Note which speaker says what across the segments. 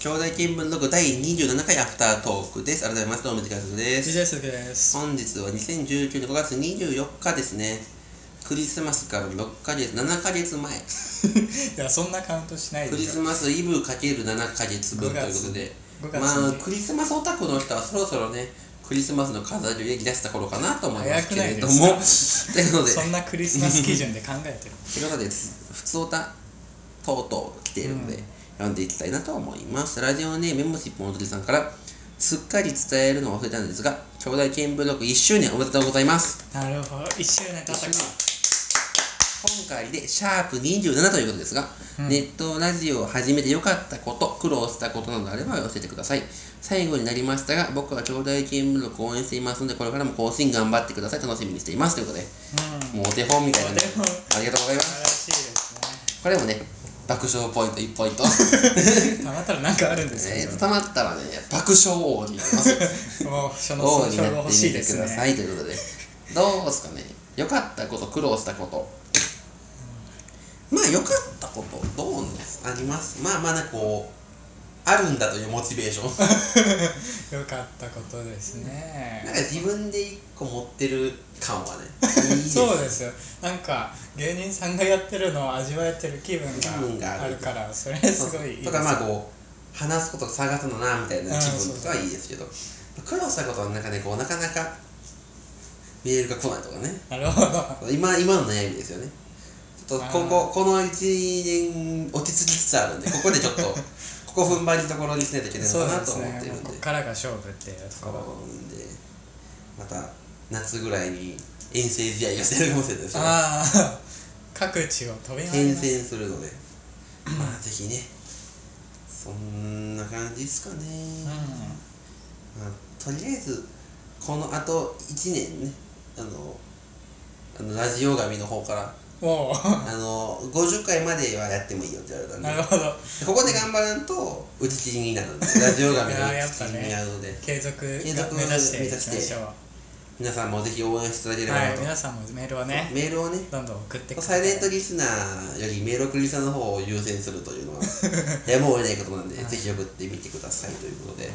Speaker 1: 兄弟見聞録第27回アフタートークです。改めまして、おめでとうで
Speaker 2: ビ
Speaker 1: す。
Speaker 2: ジネスです。
Speaker 1: 本日は2019年5月24日ですね。クリスマスから6ヶ月、7ヶ月前。
Speaker 2: いや、そんなカウントしない
Speaker 1: ク
Speaker 2: で
Speaker 1: リ
Speaker 2: し
Speaker 1: ス
Speaker 2: ょ。
Speaker 1: マスイブかける7ヶ月分と
Speaker 2: 5
Speaker 1: いう
Speaker 2: 月
Speaker 1: ことで。
Speaker 2: 5月
Speaker 1: まあ、
Speaker 2: に
Speaker 1: クリスマスオタクの人はそろそろね、クリスマスの飾りを家に出した頃かなと思いますけれども。 と
Speaker 2: 早くない
Speaker 1: いうので、
Speaker 2: そんなクリスマス基準で考えてる。
Speaker 1: 広田です。普通オタ、とうとう来ているので、
Speaker 2: うん
Speaker 1: 読んでいきたいなと思います。ラジオネームメモシップのおとりさんから、すっかり伝えるのを忘れたんですが、兄弟見聞録1周年おめでとうございます。
Speaker 2: なるほど。一周年経ったか。
Speaker 1: 今回でシャープ27ということですが、
Speaker 2: うん
Speaker 1: ネットラジオを始めて良かったこと、苦労したことなどあれば教えてください。最後になりましたが、僕は兄弟見聞録を応援していますので、これからも更新頑張ってください。楽しみにしています。ということで、
Speaker 2: うん。
Speaker 1: もうお手本みたいなね
Speaker 2: お手本
Speaker 1: ありがとうございます。
Speaker 2: 素晴らしいで
Speaker 1: これもね、爆笑ポイント1ポイント。
Speaker 2: すね。たまったらなんかあるんです
Speaker 1: え
Speaker 2: け
Speaker 1: ー、たまったらね、爆笑王になり ます。
Speaker 2: ど。もう、その
Speaker 1: 王
Speaker 2: 総
Speaker 1: に
Speaker 2: 称
Speaker 1: なっ
Speaker 2: が
Speaker 1: て
Speaker 2: 欲
Speaker 1: み
Speaker 2: し
Speaker 1: て
Speaker 2: いで
Speaker 1: く
Speaker 2: す
Speaker 1: ださ
Speaker 2: ね。
Speaker 1: いということで、どうですかね、良かったこと、苦労したこと、まあ、良かったこと、どうなんですあります、まあまあ、ね、こう、あるんだというモチベーション、
Speaker 2: よかったことですね
Speaker 1: なん。か自分で一個持ってる感は ね、いいです
Speaker 2: そうですよなんか芸人さんがやってるのを味わえてる気分があるからそれ
Speaker 1: そう
Speaker 2: す
Speaker 1: そう
Speaker 2: ごいいいです
Speaker 1: とかまあこう話すこと探すのなみたいな
Speaker 2: うん
Speaker 1: 気分とかはいいですけど苦労したことはなんかねこうなかなかメールが来ないとかね
Speaker 2: なるほど
Speaker 1: 今今の悩みですよねちょっとこここの1年落ち着きつつあるんでここでちょ っとここ踏ん張りどころにしないといけないの
Speaker 2: そう
Speaker 1: か
Speaker 2: で
Speaker 1: なと
Speaker 2: す
Speaker 1: 思って
Speaker 2: ね
Speaker 1: るん
Speaker 2: もう
Speaker 1: で
Speaker 2: こっからが勝負っていうと
Speaker 1: そう
Speaker 2: ころ
Speaker 1: なんでまた夏ぐらいに遠征試合がしてるかもしれないですよ
Speaker 2: ああ各地を飛び回り
Speaker 1: 転
Speaker 2: ます
Speaker 1: 戦するのでまあぜひねそんな感じですかね、
Speaker 2: うん
Speaker 1: まあ、とりあえずこのあと1年ねあのあのラジオ神の方から
Speaker 2: おお
Speaker 1: あの50回まではやってもいいよって言われたんで
Speaker 2: なるほど
Speaker 1: ここで頑張らんと打ち切りになるんでラジオ神の
Speaker 2: いやー
Speaker 1: 打
Speaker 2: や
Speaker 1: ち
Speaker 2: っ
Speaker 1: 切
Speaker 2: ぱ
Speaker 1: りに
Speaker 2: ね
Speaker 1: なるので、
Speaker 2: 継続が目
Speaker 1: 継
Speaker 2: 指
Speaker 1: 続を
Speaker 2: していきましょう
Speaker 1: 皆さんもぜひ応援していただければな
Speaker 2: はい
Speaker 1: と、
Speaker 2: 皆さんもメールをね
Speaker 1: メールをね
Speaker 2: どんどん送ってくだ
Speaker 1: サ
Speaker 2: さい
Speaker 1: イレントリスナーよりメール送りさんの方を優先すると いうのはやむを得ないことなんで、ぜひ送ってみてくださいということで、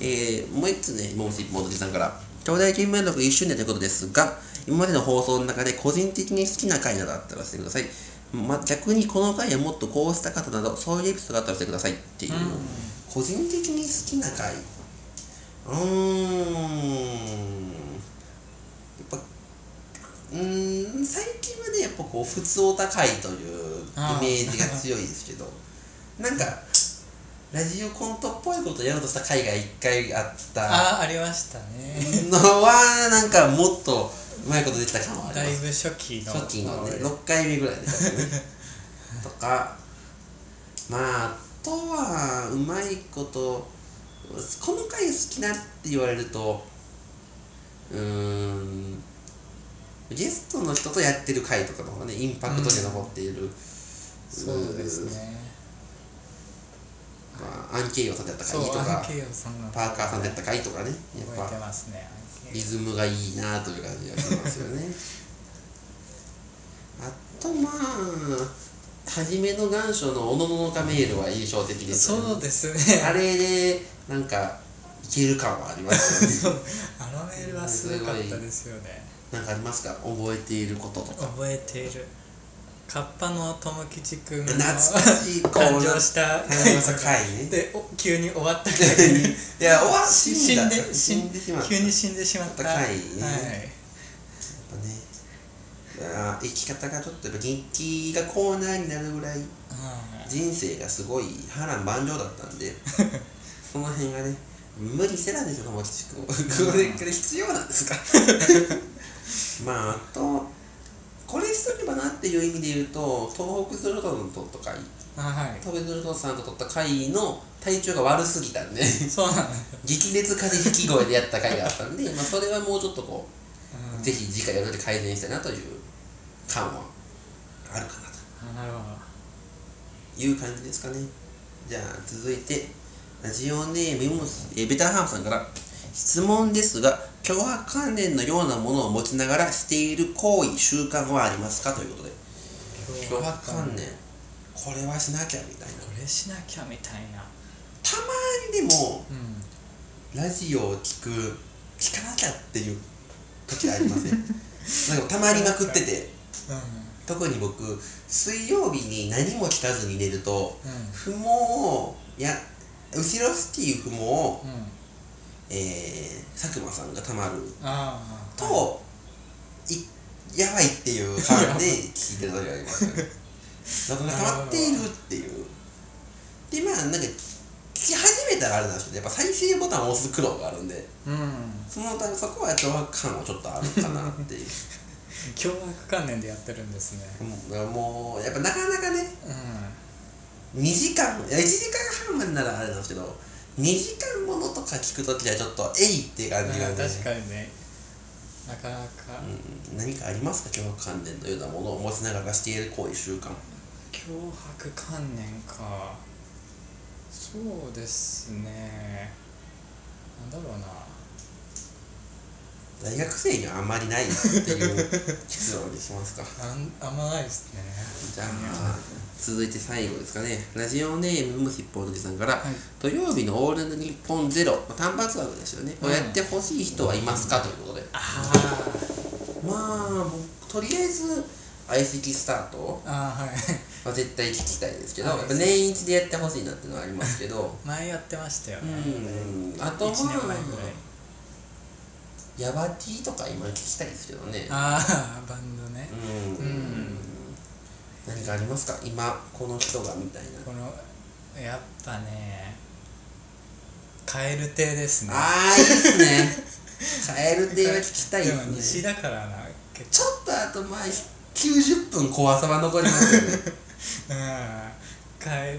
Speaker 1: えーもう一つね、もう一つ、もどきさんから、兄弟金面録1周年ということですが、今までの放送の中で個人的に好きな回などあったらしてください。ま、逆にこの回はもっとこうした方など、そういうエピソードがあったらしてくださいっていう、
Speaker 2: うん
Speaker 1: 個人的に好きな回、うーん。やっぱうーん最近はねやっぱこう普通お高いというイメージが強いですけどなんかラジオコントっぽいことやろうとした回が一回あった
Speaker 2: ああありましたね
Speaker 1: のはなんかもっとうまいことできた感はあ
Speaker 2: だ
Speaker 1: り
Speaker 2: い
Speaker 1: ます
Speaker 2: ぶ初期の
Speaker 1: 初期のね6回目ぐらいでしたね とかまああとはうまいことこの回好きなって言われるとうーんゲストの人とやってる回とかの方がねインパクトで残っている、
Speaker 2: そうですね
Speaker 1: まあ、アンケイヨさんでやった
Speaker 2: そう
Speaker 1: 回と
Speaker 2: アン
Speaker 1: か
Speaker 2: ケイヨさんの
Speaker 1: パーカーさんでやった回とかねやっ
Speaker 2: 覚えて
Speaker 1: ぱ
Speaker 2: ますねアンケ
Speaker 1: リ
Speaker 2: イヨ
Speaker 1: ズムがいいなという感じがしますよねあとまあ初めの願書の「おのののかメール」は印象的ですよね
Speaker 2: そうで すね
Speaker 1: あれでなんかいける感はありますよね
Speaker 2: あのメールはすごかったですよね
Speaker 1: なんかありますか覚えていることとか
Speaker 2: 覚えているカッパの友吉くんの
Speaker 1: 懐かしいこう
Speaker 2: 誕生した
Speaker 1: 誕生した回ね
Speaker 2: でお急に終わった回に
Speaker 1: いやおわ死
Speaker 2: 死
Speaker 1: ん
Speaker 2: ん
Speaker 1: だ
Speaker 2: で
Speaker 1: 死んでしまった
Speaker 2: 急に死んでしまった
Speaker 1: また回
Speaker 2: はい
Speaker 1: ねやっぱねあー生き方がちょっとやっぱ日記がコーナーになるぐらい
Speaker 2: はい
Speaker 1: 人生がすごい波乱万丈だったんで その辺がね無理せらんでしょ友吉君 これこれ必要なんですか まああとこれしとけばなっていう意味で言うと東北ゾルトンととか
Speaker 2: あはい
Speaker 1: 東北ゾルトンさんと撮った回の体調が悪すぎたんで
Speaker 2: そうなんだ
Speaker 1: 激烈風邪吹き声でやった回があったんで、まあ、それはもうちょっとこう、
Speaker 2: うん
Speaker 1: ぜひ次回やるとき改善したいなという感はあるかなと
Speaker 2: あなるほど
Speaker 1: いう感じですかねじゃあ続いてラジオネームもえーベターハーフさんから質問ですが脅迫観念のようなものを持ちながらしている行為習慣はありますかということで脅迫観念これはしなきゃみたいな
Speaker 2: これしなきゃみたいな
Speaker 1: たまラジオを聞く聞かなきゃっていう時はありませんなんかたまりまくってて
Speaker 2: う
Speaker 1: 特に僕水曜日に何も聞かずに寝ると
Speaker 2: んうん
Speaker 1: 不毛をいや後ろスキー不毛を、
Speaker 2: うん
Speaker 1: えー、佐久間さんがたまる
Speaker 2: ああ
Speaker 1: と、いやばいっていう感じで聞いてる時がありますよねだ から溜まっているっていうでまあなんか聞き始めたらあれなんですけどやっぱ再生ボタンを押す苦労があるんで
Speaker 2: うん
Speaker 1: そのためそこは脅迫感はちょっとあるかなっていう
Speaker 2: 凶悪観念でやってるんですね
Speaker 1: うんもうやっぱなかなかね
Speaker 2: うん
Speaker 1: 2時間いや1時間半までならあれなんですけど2時間ものとか聞くときはちょっとえいっていう感じがね
Speaker 2: うん確かにねなかなか
Speaker 1: うん何かありますか脅迫観念というようなものを持ちながらしている行為習慣
Speaker 2: 脅迫観念かそうですねなんだろうな
Speaker 1: 大学生にはあまりないっていう結論にしますか
Speaker 2: なんあんまないですね
Speaker 1: じゃあ続いて最後ですかねラジオネームむしっぽおじさんから、
Speaker 2: はい
Speaker 1: 土曜日の「オール日本ゼロまあ単発枠ですよね、
Speaker 2: うん
Speaker 1: をやってほしい人はいますかということで
Speaker 2: あ
Speaker 1: まあ僕とりあえず相席スタート
Speaker 2: あああはい
Speaker 1: は絶対聞きたいですけど、
Speaker 2: はい
Speaker 1: やっぱ年一でやってほしいなっていうのはありますけど
Speaker 2: 前やってましたよ
Speaker 1: う
Speaker 2: ね、
Speaker 1: んあと
Speaker 2: 1
Speaker 1: ま
Speaker 2: 年前ぐらい
Speaker 1: あヤバティとか今聞きたいですけどね
Speaker 2: ああバンドね
Speaker 1: う
Speaker 2: うんん
Speaker 1: 何かありますか今この人がみたいな
Speaker 2: このやっぱね蛙亭ですね
Speaker 1: ああいいっす ねカエル亭は聞きたい
Speaker 2: でも
Speaker 1: で
Speaker 2: 西
Speaker 1: すね
Speaker 2: だからな結
Speaker 1: ちょっとあとまあ90分怖さは残りますよ ね
Speaker 2: 構うん蛙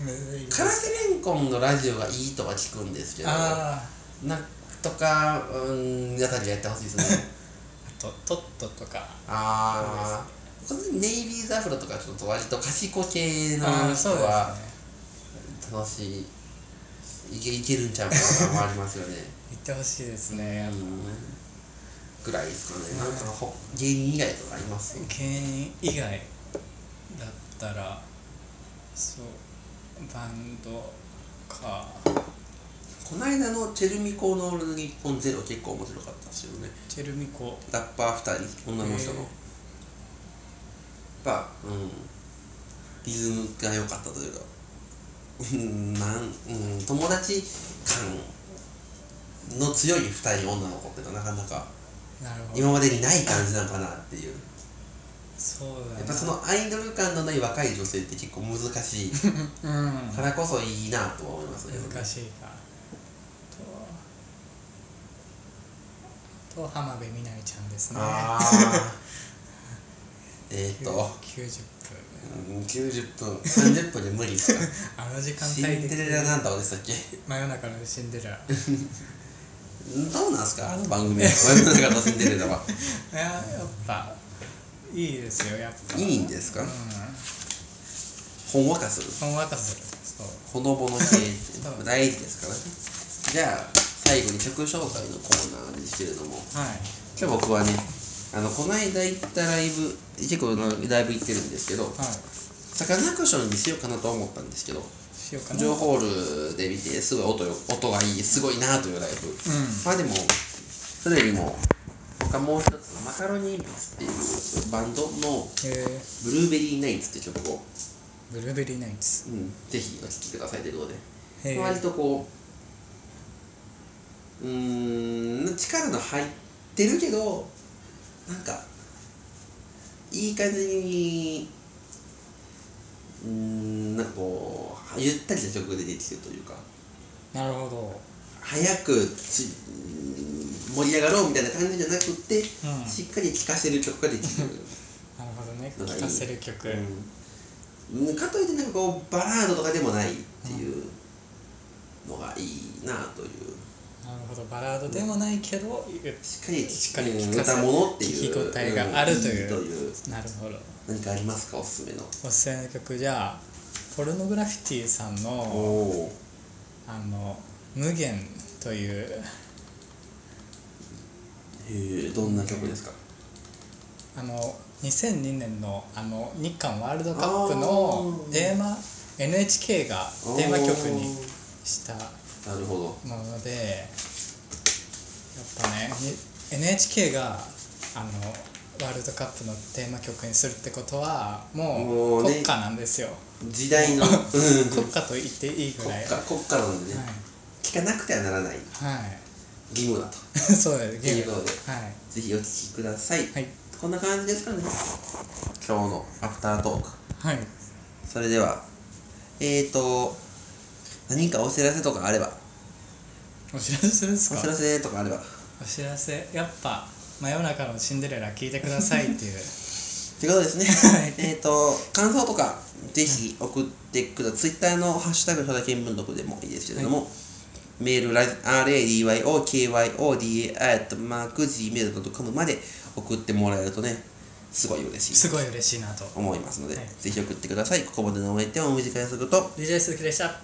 Speaker 2: むずいです
Speaker 1: からせれんこんのラジオがいいとは聞くんですけどな
Speaker 2: ああ
Speaker 1: んとかうんあたりやってほしいです ね
Speaker 2: あとトットとか
Speaker 1: ああネイビーズアフロとかちょっと割と賢系の
Speaker 2: ああ
Speaker 1: 人
Speaker 2: そうですね
Speaker 1: は楽しいいけいけるんちゃうかなもありますよね
Speaker 2: 行ってほしいですね
Speaker 1: ぐらいですかね、なんかほ芸人以外とかあります
Speaker 2: 芸人以外だったらそうバンドか
Speaker 1: この間のチェルミコの「オール日本ゼロ結構面白かったですよね
Speaker 2: チェルミコ
Speaker 1: ラッパー2人女の人の
Speaker 2: へー
Speaker 1: やっぱうんリズムが良かったというかうんなん、うん、友達感の強い2人女の子っていうのはなかなか
Speaker 2: なるほど
Speaker 1: 今までにない感じなのかなっていう
Speaker 2: そうだな
Speaker 1: やっぱそのアイドル感のない若い女性って結構難 しい
Speaker 2: うん
Speaker 1: からこそいいなとは思いますね
Speaker 2: 難しいかとあと浜辺美波ちゃんですね
Speaker 1: ああ えーっと
Speaker 2: 90分
Speaker 1: うん90分30分で無理です か
Speaker 2: あの時間
Speaker 1: シ
Speaker 2: 帯
Speaker 1: ン
Speaker 2: 的
Speaker 1: デ
Speaker 2: に
Speaker 1: レラなんだでしたっけ
Speaker 2: 真夜中のシンデレラい
Speaker 1: どうなんすかあの番組は真夜中のシンデレラは
Speaker 2: ややっぱいいですよやっぱ
Speaker 1: いいんですか
Speaker 2: うん
Speaker 1: ほんわかする
Speaker 2: ほんわかすそう
Speaker 1: ほのぼの系 って大事ですからねじゃあ最後に曲紹介のコーナーですけれども
Speaker 2: はい
Speaker 1: 今日僕はねあのこの間行ったライブ結構なライブ行ってるんですけど
Speaker 2: はい
Speaker 1: サカナクションにしようかなと思ったんですけど
Speaker 2: しようかな
Speaker 1: ジョーホールで見てすごい音よ音がいいすごいなというライブ、まあでもそれよりも他もう一つマカロニーブスっていうバンドの
Speaker 2: え
Speaker 1: 「ブルーベリーナイツ」って曲を、
Speaker 2: ー、ブルーベリーナイツ
Speaker 1: うん、ぜひお聴きくださいということで、
Speaker 2: へえ
Speaker 1: 割とこううーん力の入ってるけどなんかいい感じにうーんなんかこうゆったりした曲が出てきてるというか
Speaker 2: なるほど
Speaker 1: 早くつ盛り上がろうみたいな感じじゃなくて、
Speaker 2: ん
Speaker 1: しっかり聴かせる曲ができる
Speaker 2: なるほどね
Speaker 1: のがいい
Speaker 2: 聴かせる
Speaker 1: う
Speaker 2: 曲、
Speaker 1: んうんかといってなんかこうバラードとかでもないっていうのがいいなという
Speaker 2: なるほどバラードでもないけど、
Speaker 1: しっかり
Speaker 2: しっかり
Speaker 1: うん
Speaker 2: 聴かせ
Speaker 1: 歌物っていう
Speaker 2: 聞き応えがあるというん
Speaker 1: という
Speaker 2: なるほど
Speaker 1: 何かありますかおすすめの
Speaker 2: おすすめの曲じゃあポルノグラフィティさんの
Speaker 1: お
Speaker 2: 「あの無限」という
Speaker 1: へえどんな曲ですか
Speaker 2: あの2002年のあの日韓ワールドカップの
Speaker 1: あー
Speaker 2: テーマ NHK がテーマ曲に
Speaker 1: おー
Speaker 2: した
Speaker 1: なるほど。
Speaker 2: なのでやっぱねに NHK があのワールドカップのテーマ曲にするってことはも
Speaker 1: も
Speaker 2: う
Speaker 1: うね
Speaker 2: 国家なんですよ、
Speaker 1: 時 代の、うん、国
Speaker 2: 国家と言っていいぐらい
Speaker 1: 家、国家なんでね、聞かなくてはならない
Speaker 2: はい、はい、
Speaker 1: 義務だと。
Speaker 2: そうです
Speaker 1: とい
Speaker 2: ゲ
Speaker 1: う
Speaker 2: ーム
Speaker 1: ことで、
Speaker 2: はい
Speaker 1: ぜひお聞きください。
Speaker 2: はい
Speaker 1: こんな感じですかね。今日のアフタートーク。
Speaker 2: はい
Speaker 1: それでは、えーと、何かお知らせとかあれば、
Speaker 2: お知らせです
Speaker 1: お
Speaker 2: か
Speaker 1: 知らせとかあれば、
Speaker 2: お知らせやっぱ真夜中のシンデレラ聞いてくださいっていう
Speaker 1: ということです
Speaker 2: はい
Speaker 1: ね。えっと、感想とか、ぜひ送ってください。ツイッターのハッシュタグ、初代見聞録でもいいですけれども、メール、ラジ radyokyodai.gmail.com まで送ってもらえるとね、すごい嬉しい
Speaker 2: すごい嬉しいなと
Speaker 1: と思いますので、
Speaker 2: はい
Speaker 1: ぜひ送ってください。ここまでのお相手はお短い速と、
Speaker 2: DJ 鈴木でした